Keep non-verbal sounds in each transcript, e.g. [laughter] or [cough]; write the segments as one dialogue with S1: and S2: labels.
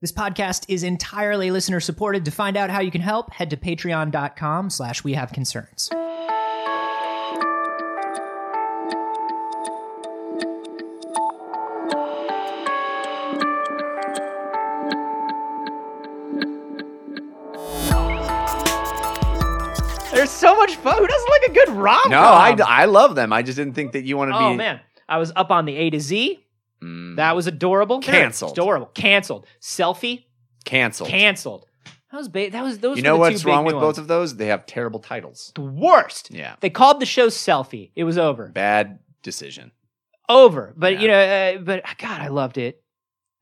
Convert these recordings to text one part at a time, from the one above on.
S1: This podcast is entirely listener supported. To find out how you can help, head to patreon.com slash we have concerns. There's so much fun. Who doesn't like a good rom? [laughs]
S2: No, I, I love them. I just didn't think that you want to
S1: Oh
S2: be.
S1: man, I was up on the A to Z.
S2: Mm,
S1: That was adorable. There,
S2: Canceled.
S1: Adorable. Canceled. Selfie.
S2: canceled.
S1: Canceled. That was ba- that was those.
S2: you
S1: were
S2: know
S1: the
S2: what's
S1: two big
S2: wrong with
S1: new
S2: both
S1: ones.
S2: of those? They have terrible titles.
S1: the worst.
S2: Yeah.
S1: They called the show Selfie. It was over.
S2: Bad decision.
S1: Over. But
S2: Yeah.
S1: you know, uh, but God, I loved it.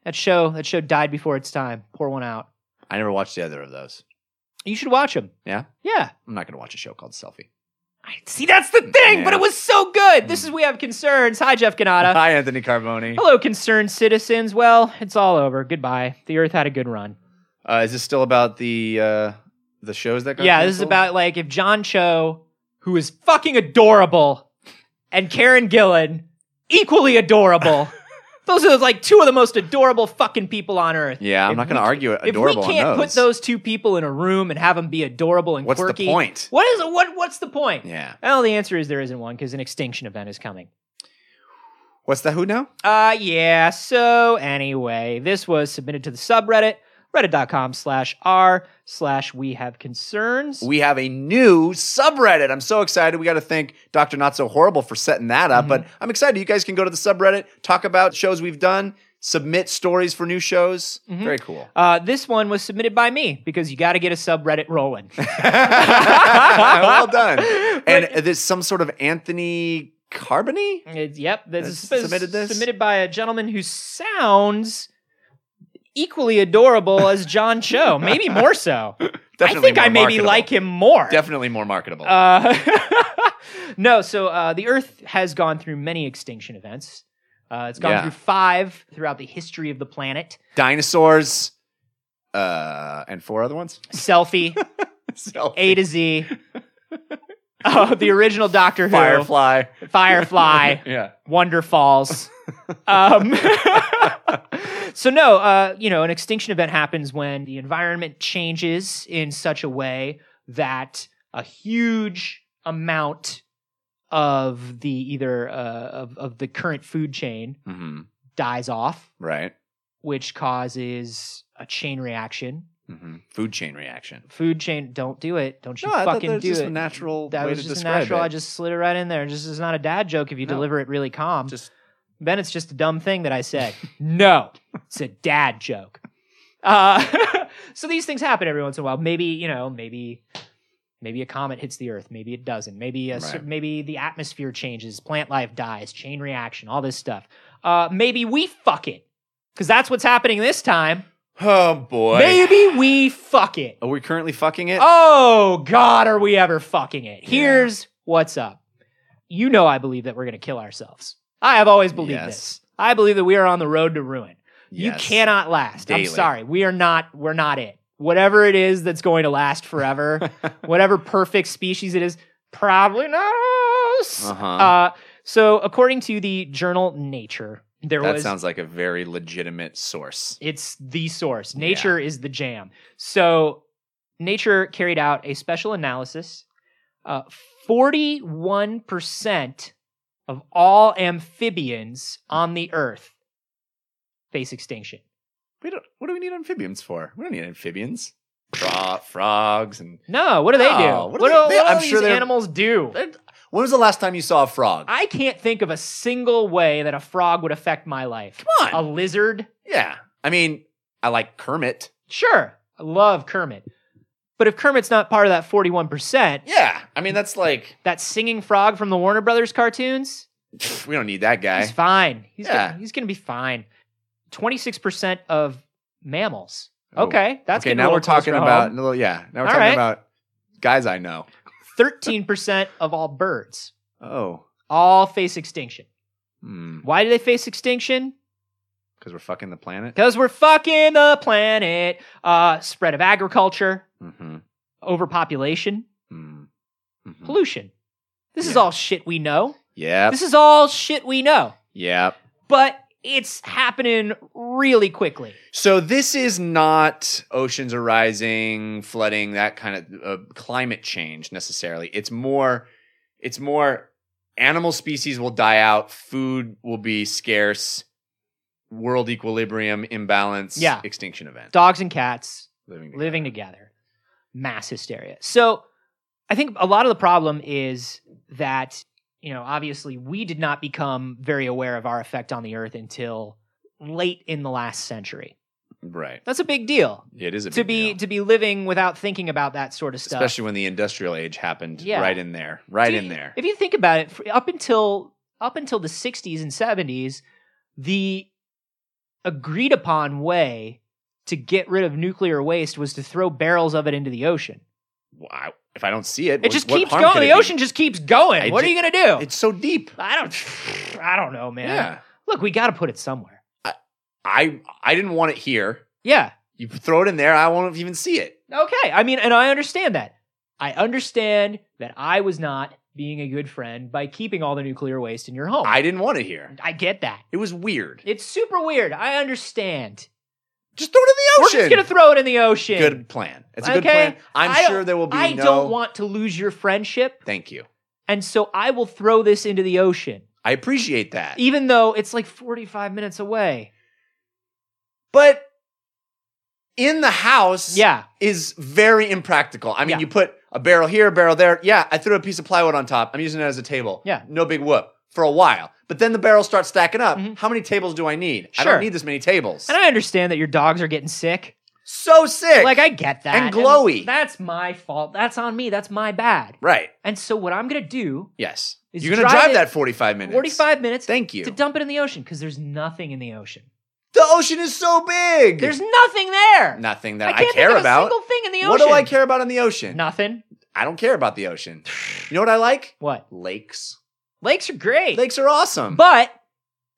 S1: That show. That show died before its time. Pour one out.
S2: I never watched the other of those.
S1: You should watch them.
S2: Yeah?
S1: Yeah.
S2: I'm not going to watch a show called Selfie.
S1: I, see, that's the thing. But
S2: Yeah. Hmm.
S1: it was so good. This is we have concerns. Hi, Jeff Canada.
S2: Hi, Anthony Carboni.
S1: Hello, concerned citizens. Well, it's all over. Goodbye. The Earth had a good run.
S2: Uh, is this still about the uh, the shows that? Got
S1: yeah, this is
S2: canceled?
S1: about like if John Cho, who is fucking adorable, and Karen Gillan, equally
S2: [laughs]
S1: adorable. those are like two of the most adorable fucking people on earth.
S2: Yeah, I'm
S1: If
S2: not going to
S1: we-
S2: argue it. Adorable.
S1: If
S2: on
S1: we can't put
S2: those.
S1: those two people in a room and have them be adorable and
S2: What's the
S1: quirky, [laughs]
S2: point?
S1: What is what? What's the point?
S2: Yeah.
S1: Well, the answer is there isn't one because an extinction event is coming.
S2: What's the who now?
S1: Uh, yeah. So anyway, this was submitted to the subreddit, reddit.com slash r slash we have concerns.
S2: We have a new subreddit. I'm so excited. We got to thank Dr. Not So Horrible for setting that up. But
S1: Mm-hmm.
S2: I'm excited. You guys can go to the subreddit, talk about shows we've done, submit stories for new shows.
S1: [laughs]
S2: Very cool.
S1: uh, this one was submitted by me because you got to get a subreddit
S2: [laughs]
S1: rolling.
S2: well done. And there's some sort of Anthony Carbony?
S1: It's- yep, this is
S2: That's submitted this?
S1: submitted by a gentleman who sounds equally adorable as John Cho, maybe more
S2: [laughs]
S1: so. I think I
S2: more
S1: maybe
S2: marketable.
S1: like him more.
S2: Definitely more marketable.
S1: Uh, [laughs] no, so uh, the Earth has gone through many extinction events. Uh, it's gone
S2: Yeah.
S1: through five throughout the history of the planet.
S2: Dinosaurs. Uh, and four other ones. [laughs]
S1: Selfie, A
S2: Selfie.
S1: to
S2: [laughs]
S1: Z. Uh, the original Doctor Who,
S2: Firefly.
S1: Firefly,
S2: [laughs] Yeah.
S1: Wonder
S2: [laughs]
S1: Falls. Um, [laughs] so no, uh, you know, an extinction event happens when the environment changes in such a way that a huge amount of the either uh, of of the current food chain
S2: hmm
S1: dies off,
S2: Right.
S1: which causes a chain reaction.
S2: hmm Food chain reaction.
S1: Food chain, don't do it. Don't you
S2: I thought
S1: fucking
S2: that was
S1: do
S2: just
S1: it.
S2: a natural
S1: that
S2: way
S1: was
S2: to
S1: just
S2: describe
S1: natural.
S2: it.
S1: I just slid it right in there. Just it's not a dad joke if you
S2: No.
S1: deliver it really calm.
S2: just
S1: Then it's just a dumb thing that I
S2: [laughs]
S1: said. no, it's a dad joke. Uh, [laughs] so these things happen every once in a while. Maybe you know, maybe maybe a comet hits the Earth. Maybe it doesn't. Maybe a, cer-
S2: Right.
S1: maybe the atmosphere changes, plant life dies, chain reaction, all this stuff. Uh, maybe we fuck it because that's what's happening this time.
S2: oh boy.
S1: Maybe we fuck it.
S2: Are we currently fucking it?
S1: [laughs] Oh God, are we ever fucking it?
S2: Yeah.
S1: Here's what's up. You know I believe that we're gonna kill ourselves. I have always believed
S2: Yes.
S1: this. I believe that we are on the road to ruin.
S2: Yes.
S1: You cannot last.
S2: Daily.
S1: I'm sorry. We are not we're not it. Whatever it is that's going to last
S2: [laughs]
S1: forever, whatever perfect species it is, probably not us.
S2: Uh-huh.
S1: Uh, so according to the journal Nature, there
S2: that
S1: was
S2: sounds like a very legitimate source.
S1: it's the source. Nature is the jam. So, Nature carried out a special analysis. Uh, 41% of all amphibians on the earth face extinction.
S2: We don't, what do we need amphibians for? We don't need amphibians. Fro- frogs and.
S1: No, what do they do?
S2: No,
S1: what
S2: what
S1: do,
S2: do they-
S1: what
S2: they-
S1: do
S2: I'm
S1: these
S2: sure they're-
S1: animals do?
S2: When was the last time you saw a frog?
S1: I can't think of a single way that a frog would affect my life.
S2: Come
S1: A lizard?
S2: yeah. I mean, I like Kermit.
S1: Sure. I love Kermit. But if Kermit's not part of that 41%,
S2: Yeah. I mean, that's like,
S1: that singing frog from the Warner Brothers cartoons,
S2: pff, we don't need that guy.
S1: he's fine. He's
S2: Yeah.
S1: gonna, he's going to be fine. 26% of mammals.
S2: Oh.
S1: Okay, that's
S2: okay.
S1: getting a
S2: Now
S1: little
S2: we're talking
S1: closer
S2: about,
S1: home.
S2: no, yeah. Now we're
S1: All
S2: talking
S1: right.
S2: about guys I know.
S1: 13% of all birds.
S2: Oh.
S1: All face extinction.
S2: Because
S1: Why do they face extinction?
S2: we're fucking the planet.
S1: Because we're fucking the planet. Uh, spread of agriculture,
S2: Mm-hmm.
S1: overpopulation,
S2: Mm-hmm.
S1: pollution. This is
S2: Yeah.
S1: all shit we know.
S2: Yep.
S1: This is all shit we know.
S2: Yep.
S1: But it's happening really quickly.
S2: So this is not oceans are rising, flooding, that kind of uh, climate change necessarily. It's more, it's more animal species will die out, food will be scarce, world equilibrium imbalance,
S1: Yeah.
S2: extinction event,
S1: Dogs and cats
S2: living, together.
S1: living together, mass hysteria. So I think a lot of the problem is that, you know, obviously we did not become very aware of our effect on the earth until late in the last century.
S2: right.
S1: That's a big deal.
S2: It is a
S1: to
S2: big
S1: be
S2: deal.
S1: to be living without thinking about that sort of stuff.
S2: especially when the industrial age happened
S1: Yeah.
S2: right in there, right
S1: See,
S2: in there.
S1: If you think about it, fr- up until up until the 60s and 70s, the agreed upon way to get rid of nuclear waste was to throw barrels of it into the ocean.
S2: Wow. If I don't see it,
S1: It
S2: what-
S1: just
S2: what
S1: keeps
S2: harm
S1: going.
S2: could it
S1: The
S2: be?
S1: ocean just keeps going.
S2: I
S1: what are
S2: ju-
S1: you going to do?
S2: It's so deep.
S1: I
S2: [laughs]
S1: don't [sighs] I don't know, man.
S2: Yeah.
S1: Look, we got to put it somewhere.
S2: I I didn't want it here.
S1: Yeah.
S2: You throw it in there, I won't even see it.
S1: Okay. I mean, and I understand that. I understand that I was not being a good friend by keeping all the nuclear waste in your home.
S2: I didn't want it here.
S1: I get that.
S2: It was weird.
S1: It's super weird. I understand.
S2: Just throw it in the
S1: We're
S2: ocean.
S1: just gonna throw it in the ocean.
S2: good plan. It's a good
S1: Okay.
S2: plan. I'm
S1: I don't-
S2: sure there will be
S1: I
S2: no.
S1: don't want to lose your friendship,
S2: Thank you.
S1: and so I will throw this into the ocean,
S2: I appreciate that.
S1: even though it's like 45 minutes away.
S2: But in the house,
S1: Yeah,
S2: is very impractical. I mean,
S1: Yeah.
S2: you put a barrel here, a barrel there. Yeah, I threw a piece of plywood on top. I'm using it as a table.
S1: Yeah.
S2: No big whoop for a while. But then the barrels start stacking up.
S1: Mhm.
S2: How many tables do I need? I
S1: Sure.
S2: don't need this many tables.
S1: and I understand that your dogs are getting sick.
S2: so sick.
S1: Like I get that.
S2: And glowy.
S1: that's my fault. That's on me. That's my bad.
S2: right.
S1: And so what I'm gonna do?
S2: Yes.
S1: Is
S2: You're going to
S1: drive
S2: drive
S1: it
S2: that 45 minutes.
S1: 45 minutes
S2: Thank you.
S1: to dump it in the ocean because there's nothing in the ocean.
S2: the ocean is so big.
S1: There's nothing there.
S2: nothing
S1: I
S2: that I,
S1: can't
S2: care
S1: think of
S2: about.
S1: a single thing in the ocean.
S2: what do I care about in the ocean?
S1: Nothing.
S2: I don't care about the
S1: [sighs]
S2: ocean. You know what I like?
S1: What?
S2: Lakes.
S1: Lakes are great.
S2: Lakes are awesome.
S1: But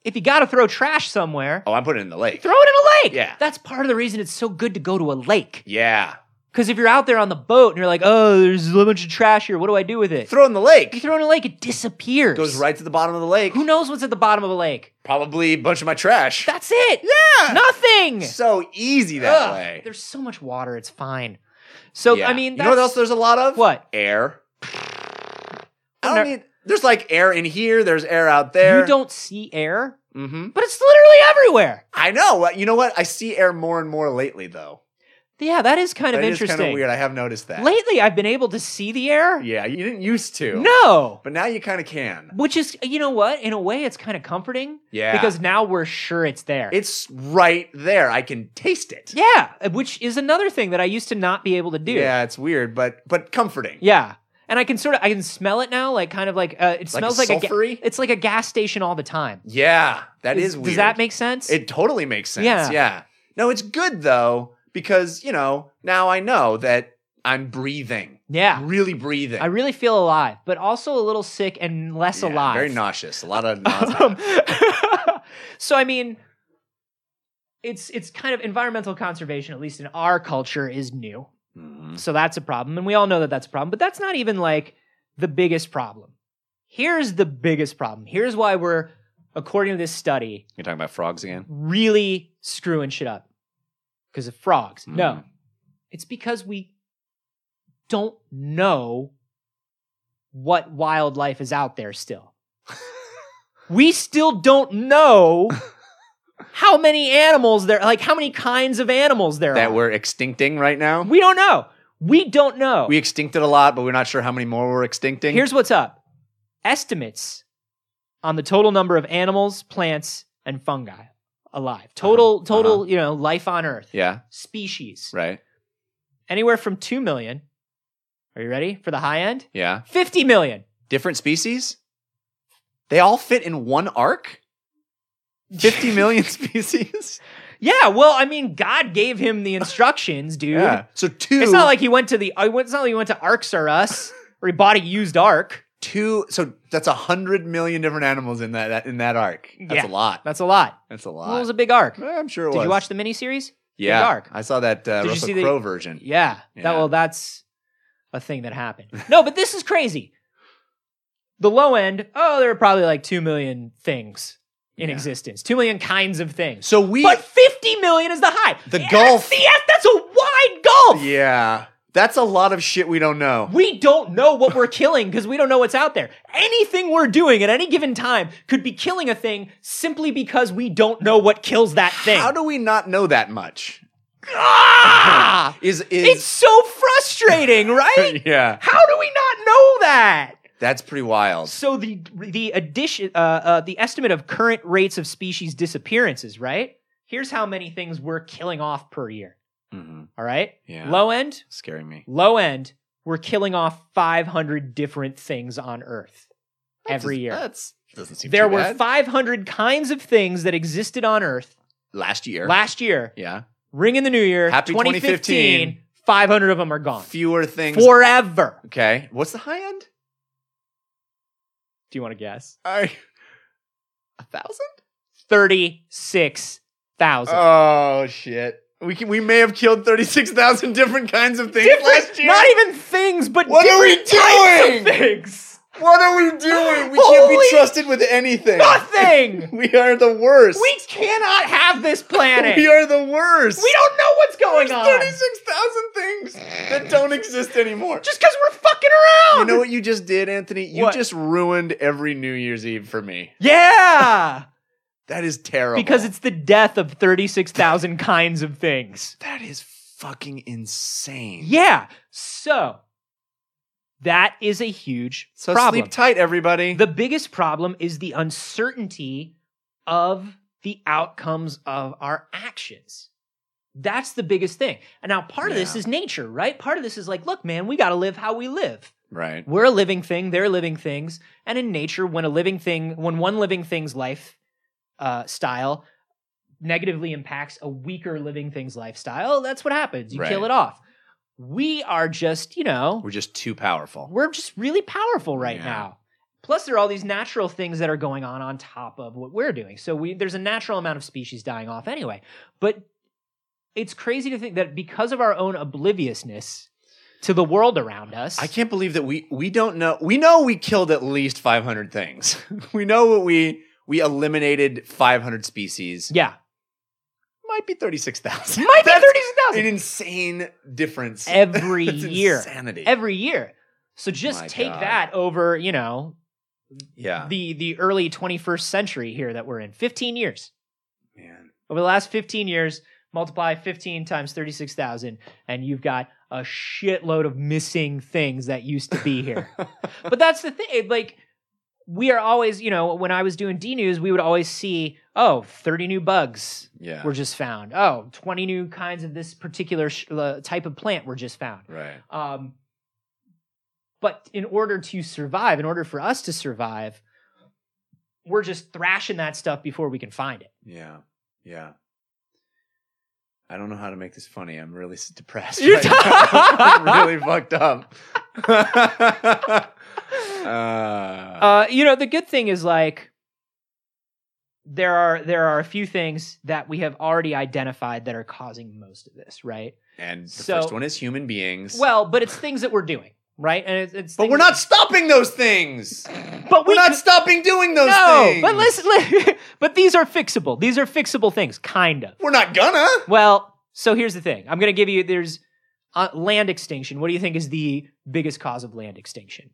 S1: if you got to throw trash somewhere,
S2: oh, I'm putting it in the lake.
S1: throw it in a lake.
S2: Yeah.
S1: That's part of the reason it's so good to go to a lake.
S2: yeah.
S1: Because if you're out there on the boat and you're like, oh, there's a bunch of trash here. What do I do with it?
S2: Throw it in the lake.
S1: you throw it in a lake, it disappears.
S2: goes right to the bottom of the lake.
S1: Who knows what's at the bottom of a lake?
S2: Probably a bunch of my trash.
S1: That's it.
S2: yeah.
S1: Nothing.
S2: So easy that
S1: Ugh,
S2: way.
S1: There's so much water. It's fine. So,
S2: Yeah.
S1: I mean,
S2: you
S1: that's,
S2: know what else there's a lot of?
S1: What? [sighs]
S2: Air. I
S1: Ner-
S2: don't need. There's like air in here. There's air out there.
S1: You don't see air,
S2: Mm-hmm.
S1: but it's literally everywhere.
S2: I know. Uh, You know what? I see air more and more lately, though.
S1: Yeah, that is kind of
S2: That is
S1: interesting.
S2: kind of weird. I have noticed that.
S1: Lately, I've been able to see the air.
S2: Yeah, you didn't used to.
S1: No.
S2: But now you kind of can.
S1: Which is, you know what? In a way, it's kind of comforting
S2: Yeah.
S1: because now we're sure it's there.
S2: it's right there. I can taste it.
S1: yeah, which is another thing that I used to not be able to do.
S2: Yeah, it's weird, but but comforting.
S1: Yeah. And I can sort of, I can smell it now, like kind of like, uh, it
S2: Like
S1: smells
S2: a
S1: like a, ga-
S2: sulfury?
S1: it's like a gas station all the time.
S2: Yeah, that is,
S1: Is-
S2: weird.
S1: Does that make sense?
S2: It totally makes sense.
S1: Yeah.
S2: Yeah. No, it's good though because you know now I know that I'm breathing,
S1: yeah.
S2: really breathing.
S1: I really feel alive, but also a little sick and less
S2: Yeah,
S1: alive.
S2: Very
S1: [laughs]
S2: nauseous. A lot of
S1: Um,
S2: nausea.
S1: so I mean, it's it's kind of environmental conservation, at least in our culture, is new.
S2: Mhm.
S1: So that's a problem, and we all know that that's a problem. But that's not even like the biggest problem. Here's the biggest problem. Here's why we're, according to this study,
S2: You're talking about frogs again.
S1: really screwing shit up because of frogs. No,
S2: Mm.
S1: it's because we don't know what wildlife is out there
S2: [laughs]
S1: still. we still don't know how many animals there like how many kinds of animals there
S2: That
S1: are.
S2: we're extincting right now. We,
S1: we don't know. We don't know.
S2: extincted a lot, but we're not sure how many more we're extincting.
S1: Here's what's up. Estimates on the total number of animals, plants, and fungi alive. Total
S2: Uh-huh.
S1: total, you know, life on earth.
S2: yeah,
S1: Species.
S2: right.
S1: Anywhere from 2 million. Are you ready for the high end?
S2: Yeah,
S1: 50 million.
S2: different species. They all fit in one arc. [laughs] Fifty million species.
S1: [laughs] Yeah, well, I mean, God gave him the instructions, dude.
S2: Yeah. So two.
S1: It's not like he went to the I went- it's not like he went to Arcs or Us or he bought a used arc.
S2: two. So that's a hundred million different animals in that in that arc. That's
S1: Yeah.
S2: a lot.
S1: That's a lot.
S2: That's a
S1: Well, it
S2: lot. Eh,
S1: was a big arc.
S2: I'm sure it
S1: Did
S2: was.
S1: you watch the miniseries?
S2: yeah,
S1: Dark?
S2: I saw that uh,
S1: Did you see
S2: Russell
S1: the-
S2: Crowe version.
S1: Yeah. That
S2: Yeah.
S1: well, that's a thing that happened. [laughs] No, but this is crazy. The low end, oh, there are probably like two million things in existence. Two million kinds of things.
S2: So we
S1: but 50 million is the high.
S2: The
S1: And
S2: gulf-
S1: See, that's- that's a wide gulf.
S2: Yeah. That's a lot of shit we don't know.
S1: We don't know what we're killing because we don't know what's out there. Anything we're doing at any given time could be killing a thing simply because we don't know what kills that thing.
S2: How do we not know that much?
S1: Ah!
S2: Is
S1: It's
S2: is
S1: so
S2: [laughs]
S1: frustrating, right?
S2: Yeah.
S1: How do we not know that?
S2: That's pretty wild.
S1: So the the addition uh, uh, the estimate of current rates of species disappearances, right? Here's how many things we're killing off per year.
S2: Mhm.
S1: All right,
S2: Yeah.
S1: low end,
S2: Scaring me.
S1: low end, we're killing off 500 different things on Earth
S2: That
S1: every
S2: does-
S1: year.
S2: That's doesn't seem
S1: there
S2: too
S1: were
S2: bad.
S1: 500 kinds of things that existed on Earth
S2: last year.
S1: last year.
S2: yeah.
S1: Ring in the new year,
S2: Happy
S1: 2015, 500 of them are gone
S2: Fewer things.
S1: forever.
S2: Okay. What's the high end?
S1: Do you want to guess?
S2: I a thousand?
S1: 36,000.
S2: Oh shit. We can, we may have killed thirty six thousand different kinds of things
S1: Different-
S2: last year.
S1: Not even things, but
S2: What are we
S1: different types of
S2: doing?
S1: Things.
S2: what are we doing? We can't be
S1: Holy-
S2: trusted with anything.
S1: Nothing.
S2: We are the worst.
S1: we cannot have this planet.
S2: We are the worst.
S1: We don't know what's going
S2: There's
S1: on.
S2: 36,000 things
S1: [laughs]
S2: that don't exist anymore.
S1: Just because we're fucking around.
S2: you
S1: [laughs]
S2: know what you just did, Anthony? You
S1: What?
S2: just ruined every New Year's Eve for me.
S1: Yeah.
S2: That is terrible.
S1: because it's the death of 36,000 [laughs] kinds of things.
S2: that is fucking insane.
S1: Yeah. So that is a huge
S2: So
S1: problem.
S2: sleep tight, everybody.
S1: the biggest problem is the uncertainty of the outcomes of our actions. That's the biggest thing. And now part of this
S2: Yeah.
S1: is nature, right? Part of this is like, look, man, we got to live how we live.
S2: right.
S1: We're a living thing, they're living things. And in nature, when a living thing, when one living thing's life uh, style negatively impacts a weaker living thing's lifestyle, that's what happens. You kill
S2: Right.
S1: it off. We are just, you know,
S2: We're just too powerful.
S1: we're just really powerful right
S2: Yeah.
S1: now. Plus, there are all these natural things that are going on on top of what we're doing. So we, there's a natural amount of species dying off anyway. But it's crazy to think that because of our own obliviousness to the world around us,
S2: I can't believe that we we don't know. We know we killed at least 500 things. [laughs] we know what we we eliminated 500 species.
S1: yeah,
S2: Might be 36,000.
S1: might be
S2: [laughs] That's
S1: thirty thousand
S2: an insane difference
S1: every
S2: That's
S1: year,
S2: Insanity.
S1: every year. So just
S2: My
S1: take
S2: God.
S1: that over, you know,
S2: yeah,
S1: the the early 21st century here that we're in. 15 years.
S2: man.
S1: Over the last 15 years, multiply 15 times 36,000, and you've got a shitload of missing things that used to be
S2: [laughs]
S1: here. but that's the thing. Like, we are always, you know, when I was doing D News, we would always see, oh, 30 new bugs
S2: yeah,
S1: were just found. Oh, 20 new kinds of this particular sh- uh, type of plant were just found.
S2: right.
S1: Um, but in order to survive, in order for us to survive, we're just thrashing that stuff before we can find it.
S2: Yeah, yeah. I don't know how to make this funny. I'm really s- depressed.
S1: You're [laughs]
S2: right
S1: t-
S2: now. I'm really fucked up. [laughs] uh,
S1: Uh, you know, the good thing is like there are there are a few things that we have already identified that are causing most of this, right?
S2: and the
S1: so-
S2: first one is human beings.
S1: Well, but it's things that we're doing, right? And it's, it's
S2: but
S1: things-
S2: we're not stopping those things.
S1: But
S2: We're
S1: we
S2: not
S1: could-
S2: stopping doing those
S1: no,
S2: things.
S1: but listen, [laughs] li- but these are fixable. These are fixable things, kind of.
S2: We're not gonna.
S1: Well, so here's the thing. I'm going to give you there's uh, land extinction. What do you think is the biggest cause of land extinction?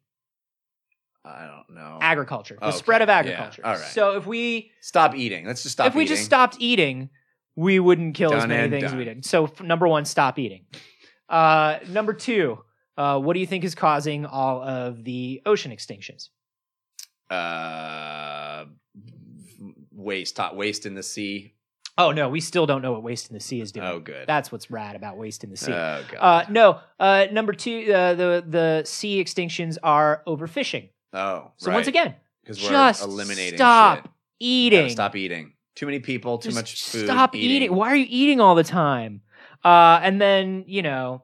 S2: I don't know.
S1: Agriculture. The
S2: Oh, Okay,
S1: spread of
S2: yeah,
S1: agriculture.
S2: all right.
S1: So if we
S2: stop eating. Let's just stop.
S1: if we just
S2: eating.
S1: stopped eating, we wouldn't kill as
S2: Done
S1: many
S2: and
S1: things as
S2: done.
S1: we did. So f- number 1, stop eating. Uh number 2, uh what do you think is causing all of the ocean extinctions?
S2: uh, waste, hot waste in the sea.
S1: Oh no, we still don't know what waste in the sea is doing.
S2: Oh, good.
S1: That's what's rad about waste in the sea.
S2: Oh, God.
S1: Uh, no, uh, number two, uh, the the sea extinctions are overfishing.
S2: oh,
S1: So once again,
S2: because
S1: just stop eating.
S2: Stop eating. Too many people. Too
S1: Just
S2: much food.
S1: Stop eating. Why are you eating all the time? Uh, and then you know,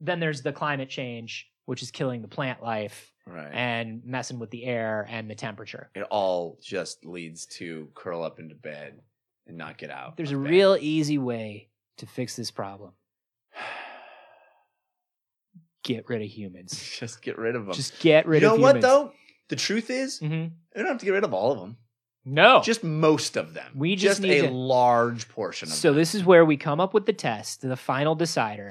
S1: then there's the climate change, which is killing the plant life
S2: Right.
S1: and messing with the air and the temperature.
S2: It all just leads to curl up into bed and not get out.
S1: There's a
S2: of bed.
S1: real easy way to fix this problem. [sighs] Get rid of humans.
S2: [laughs] Just get rid of them.
S1: Just get
S2: you
S1: rid
S2: know
S1: of
S2: what
S1: humans.
S2: though? The truth is,
S1: hmm
S2: you don't have to get rid of all of them.
S1: No.
S2: Just most of them.
S1: Oh. We just need
S2: a
S1: to-
S2: large portion of [laughs]
S1: so this is where we come up with the test, the final decider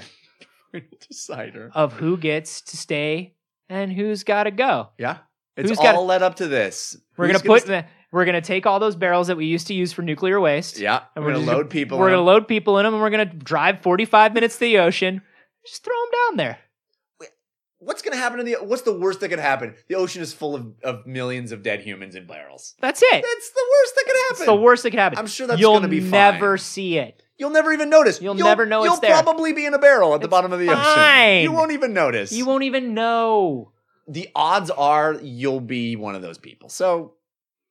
S2: them. Decider.
S1: of who gets to stay and who's got to go.
S2: yeah. It's
S1: who's
S2: all
S1: got-
S2: led up to this.
S1: We're
S2: Who's
S1: gonna put the, we're gonna take all those barrels that we used to use for nuclear waste.
S2: Yeah.
S1: and
S2: We're,
S1: we're
S2: gonna
S1: just-
S2: load people.
S1: We're
S2: in.
S1: gonna load people in them, and we're gonna drive 45 minutes to the ocean. Just throw them down there.
S2: What's gonna happen in the what's the worst that could happen? The ocean is full of, of millions of dead humans in barrels.
S1: That's it.
S2: That's the worst that could happen.
S1: It's the worst that could happen.
S2: I'm sure that's
S1: You'll
S2: gonna be
S1: never
S2: fine.
S1: see it.
S2: You'll never even notice.
S1: You'll never know
S2: You'll
S1: it's there.
S2: probably be in a barrel at the bottom of the ocean.
S1: fine.
S2: You won't even notice.
S1: You won't even know.
S2: the odds are you'll be one of those people. So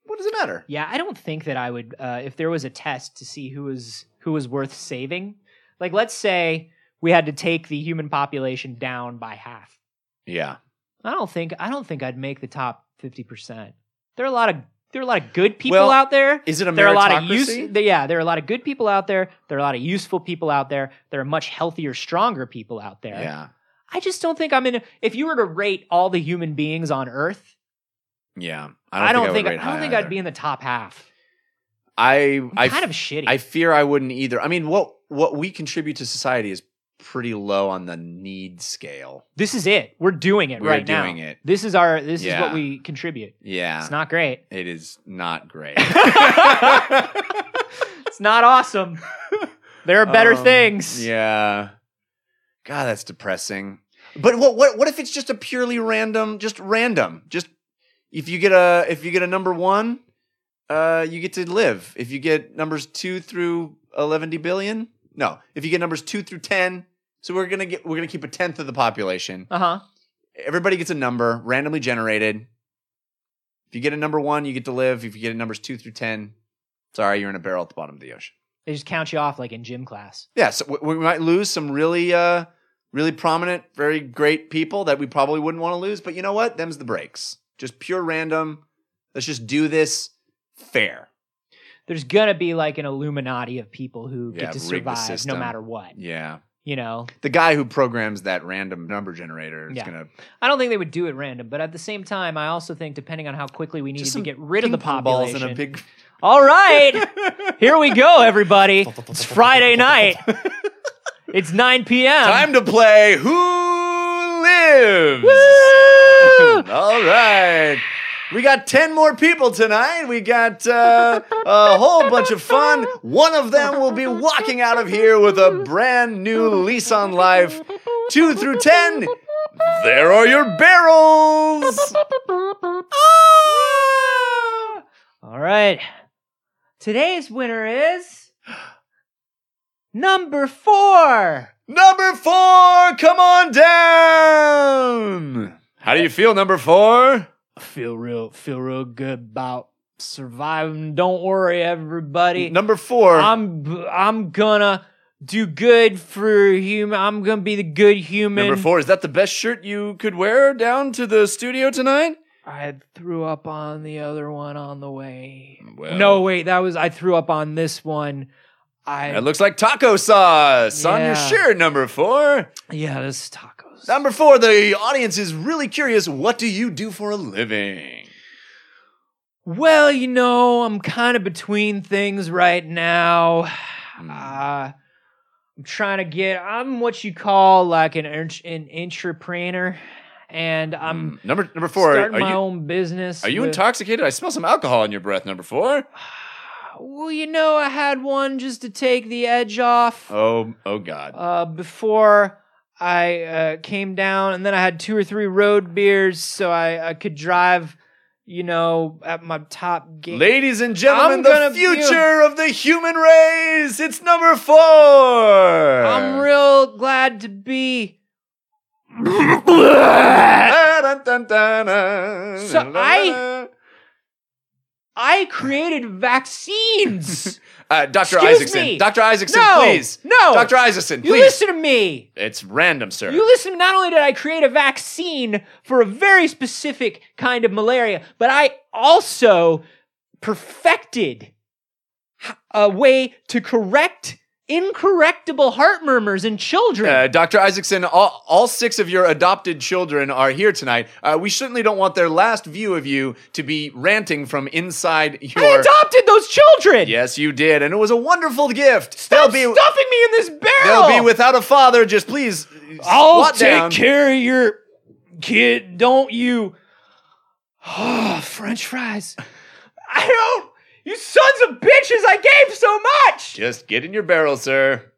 S2: what does it matter?
S1: Yeah, I don't think that I would. Uh, if there was a test to see who was who was worth saving, like let's say we had to take the human population down by half.
S2: Yeah.
S1: I don't think I don't think I'd make the top 50 percent. There are a lot of there are a lot of good people
S2: Well,
S1: out there.
S2: Is it a meritocracy?
S1: There are a lot of use. there- Yeah, there are a lot of good people out there. There are a lot of useful people out there. There are much healthier, stronger people out there.
S2: Yeah.
S1: I just don't think I'm in. A, if you were to rate all the human beings on Earth,
S2: Yeah.
S1: I don't
S2: would
S1: think I
S2: rate
S1: don't think, I
S2: high
S1: would
S2: either.
S1: be in the top half.
S2: I
S1: I'm
S2: I
S1: kind of shitty.
S2: I fear I wouldn't either. I mean, what what we contribute to society is pretty low on the need scale.
S1: this is it. We're doing it
S2: We're
S1: right
S2: doing
S1: now.
S2: it.
S1: This is our. This is
S2: Yeah.
S1: what we contribute.
S2: Yeah.
S1: It's not
S2: [laughs]
S1: great. [laughs]
S2: it is not great.
S1: It's not awesome. There are better
S2: Um,
S1: things.
S2: Yeah. God, that's depressing. But what what what if it's just a purely random, just random. Just if you get a if you get a number 1, uh you get to live. If you get numbers 2 through 11 billion? No. If you get numbers 2 through 10, so we're going to get we're going to keep a tenth of the population.
S1: Uh huh.
S2: Everybody gets a number randomly generated. If you get a number 1, you get to live. If you get numbers 2 through 10, sorry, you're in a barrel at the bottom of the ocean.
S1: They just count you off like in gym class.
S2: Yeah, so we, we might lose some really, uh, really prominent, very great people that we probably wouldn't want to lose. But you know what? Them's the breaks. Just pure random. Let's just do this fair.
S1: There's gonna be like an Illuminati of people who get
S2: Yeah,
S1: to
S2: rig the
S1: survive no
S2: system.
S1: matter what.
S2: Yeah.
S1: You know,
S2: The guy who programs that random number generator is
S1: Yeah.
S2: gonna
S1: I don't think they would do it random, but at the same time, I also think depending on how quickly we need
S2: Just
S1: to
S2: some
S1: get rid of the
S2: ping pong balls
S1: population.
S2: in a big.
S1: All right,
S2: [laughs]
S1: here we go, everybody. It's Friday night. It's 9 p.m.
S2: [laughs] Time to play Who Lives.
S1: Woo!
S2: [laughs] All right. We got 10 more people tonight. We got uh, a whole bunch of fun. One of them will be walking out of here with a brand new lease on life. Two through 10, there are your
S1: [laughs]
S2: barrels. Ah!
S1: All right. Today's winner
S2: [gasps]
S1: is number four.
S2: Number four, come on down. How do you feel, number four?
S1: I feel real, feel real good about surviving. Don't worry, everybody.
S2: Number four.
S1: I'm I'm gonna do good for human. I'm gonna be the good human.
S2: Number four, is that the best shirt you could wear down to the studio tonight?
S1: I threw up on the other one on the way.
S2: Well.
S1: No, wait, that was I threw up on this one. I
S2: That looks like taco sauce on your
S1: Yeah.
S2: shirt, number four.
S1: yeah, this is tacos.
S2: Number four, the audience is really curious. What do you do for a living?
S1: well, you know, I'm kind of between things right now.
S2: Hmm.
S1: Uh, I'm trying to get. I'm what you call like an ent- an entrepreneur, and I'm
S2: Mm. number number four. Are
S1: starting
S2: you,
S1: my own business.
S2: are you
S1: with-
S2: intoxicated? I smell some alcohol in your breath, number four.
S1: Well, you know, I had one just to take the edge off
S2: Oh, oh God.
S1: uh, before I uh, came down, and then I had two or three road beers, so I, I could drive, you know, at my top game.
S2: Ladies and gentlemen,
S1: I'm
S2: the
S1: gonna be-
S2: future of the human race. It's number four.
S1: I'm real glad to be.
S2: [laughs] So
S1: So I- I created vaccines.
S2: [laughs] Uh, Dr.
S1: Excuse
S2: Isaacson.
S1: me.
S2: Dr. Isaacson,
S1: no,
S2: please.
S1: no,
S2: Dr. Isaacson,
S1: you
S2: please.
S1: listen to me.
S2: It's random, sir.
S1: You listen, not only did I create a vaccine for a very specific kind of malaria, but I also perfected h- a way to correct incorrectable heart murmurs in children.
S2: Uh, Dr. Isaacson, all, all six of your adopted children are here tonight. Uh, we certainly don't want their last view of you to be ranting from inside your.
S1: I adopted those children.
S2: Yes, you did, and it was a wonderful gift.
S1: Stop
S2: they'll be
S1: stuffing me in this barrel.
S2: they'll be without a father. Just please.
S1: I'll
S2: squat
S1: take
S2: down.
S1: care of your kid. Don't you? Oh, French fries. I don't. You sons of bitches! I gave so much.
S2: Just get in your barrel, sir.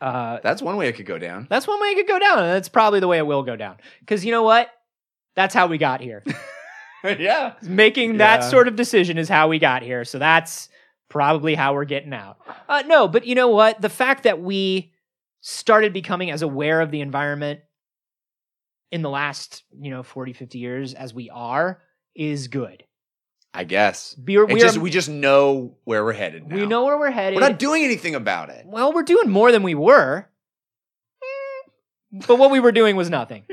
S1: Uh,
S2: That's one way it could go down. [laughs]
S1: that's one way it could go down, and that's probably the way it will go down. Because you know what? That's how we got here.
S2: yeah.
S1: Making that
S2: Yeah.
S1: sort of decision is how we got here. So that's probably how we're getting out. Uh, no, but you know what? The fact that we started becoming as aware of the environment in the last, you know, 40, 50 years as we are is good.
S2: I guess.
S1: Be, we,
S2: It just,
S1: are-
S2: we just know where we're headed now.
S1: we know where we're headed.
S2: We're not doing anything about it.
S1: well, we're doing more than we were. Eh, But what we were doing was nothing.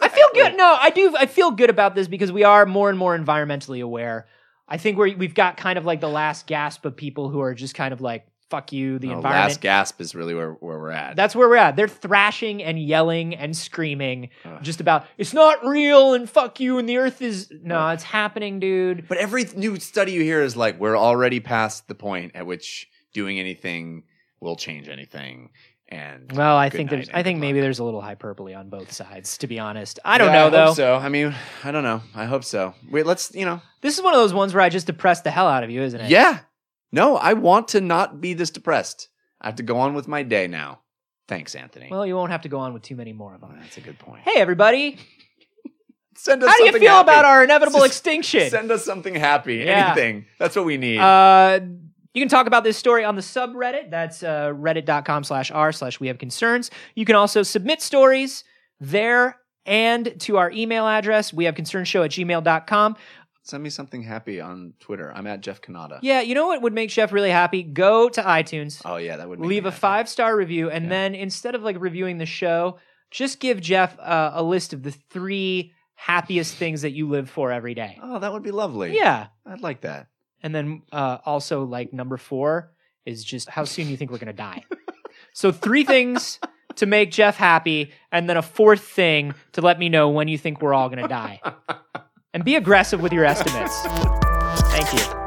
S1: I feel good. No, I do. I feel good about this because we are more and more environmentally aware. I think we're, we've got kind of like the last gasp of people who are just kind of like, fuck you, the
S2: Oh,
S1: environment.
S2: last gasp is really where, where we're at.
S1: That's where we're at. They're thrashing and yelling and screaming
S2: Ugh.
S1: just about, it's not real and fuck you and the earth is, no, it's happening, dude.
S2: But every th- new study you hear is like, we're already past the point at which doing anything will change anything. And
S1: Well, I
S2: Good
S1: think
S2: night
S1: there's,
S2: and
S1: I think
S2: good
S1: maybe
S2: luck.
S1: there's a little hyperbole on both sides, to be honest. I don't
S2: Yeah,
S1: know
S2: hope
S1: though.
S2: so I mean, I don't know. I hope so. Wait, let's you know.
S1: This is one of those ones where I just depressed the hell out of you, isn't it?
S2: Yeah. No, I want to not be this depressed. I have to go on with my day now. Thanks, Anthony.
S1: Well, you won't have to go on with too many more of
S2: Oh,
S1: them.
S2: that's a good point.
S1: Hey, everybody.
S2: Send us.
S1: How do you
S2: something
S1: feel about
S2: happy.
S1: our inevitable
S2: Send-
S1: extinction?
S2: Send us something happy.
S1: Yeah.
S2: Anything. That's what we need.
S1: Uh, you can talk about this story on the subreddit. That's uh, reddit.com slash r slash we have concerns. You can also submit stories there and to our email address, we have concerns show at gmail.com.
S2: Send me something happy on Twitter. I'm at Jeff Canada.
S1: Yeah, you know what would make Jeff really happy? Go to iTunes,
S2: Oh yeah, that would make
S1: leave
S2: me
S1: a
S2: happy.
S1: five star review, and
S2: Yeah.
S1: then instead of like reviewing the show, just give Jeff uh, a list of the three happiest things that you live for every day.
S2: Oh, that would be lovely.
S1: Yeah.
S2: I'd like that.
S1: And then uh, also, like, number four is just how soon you think we're going to die. so, three things to make Jeff happy, and then a fourth thing to let me know when you think we're all going to die. And be aggressive with your estimates. Thank you.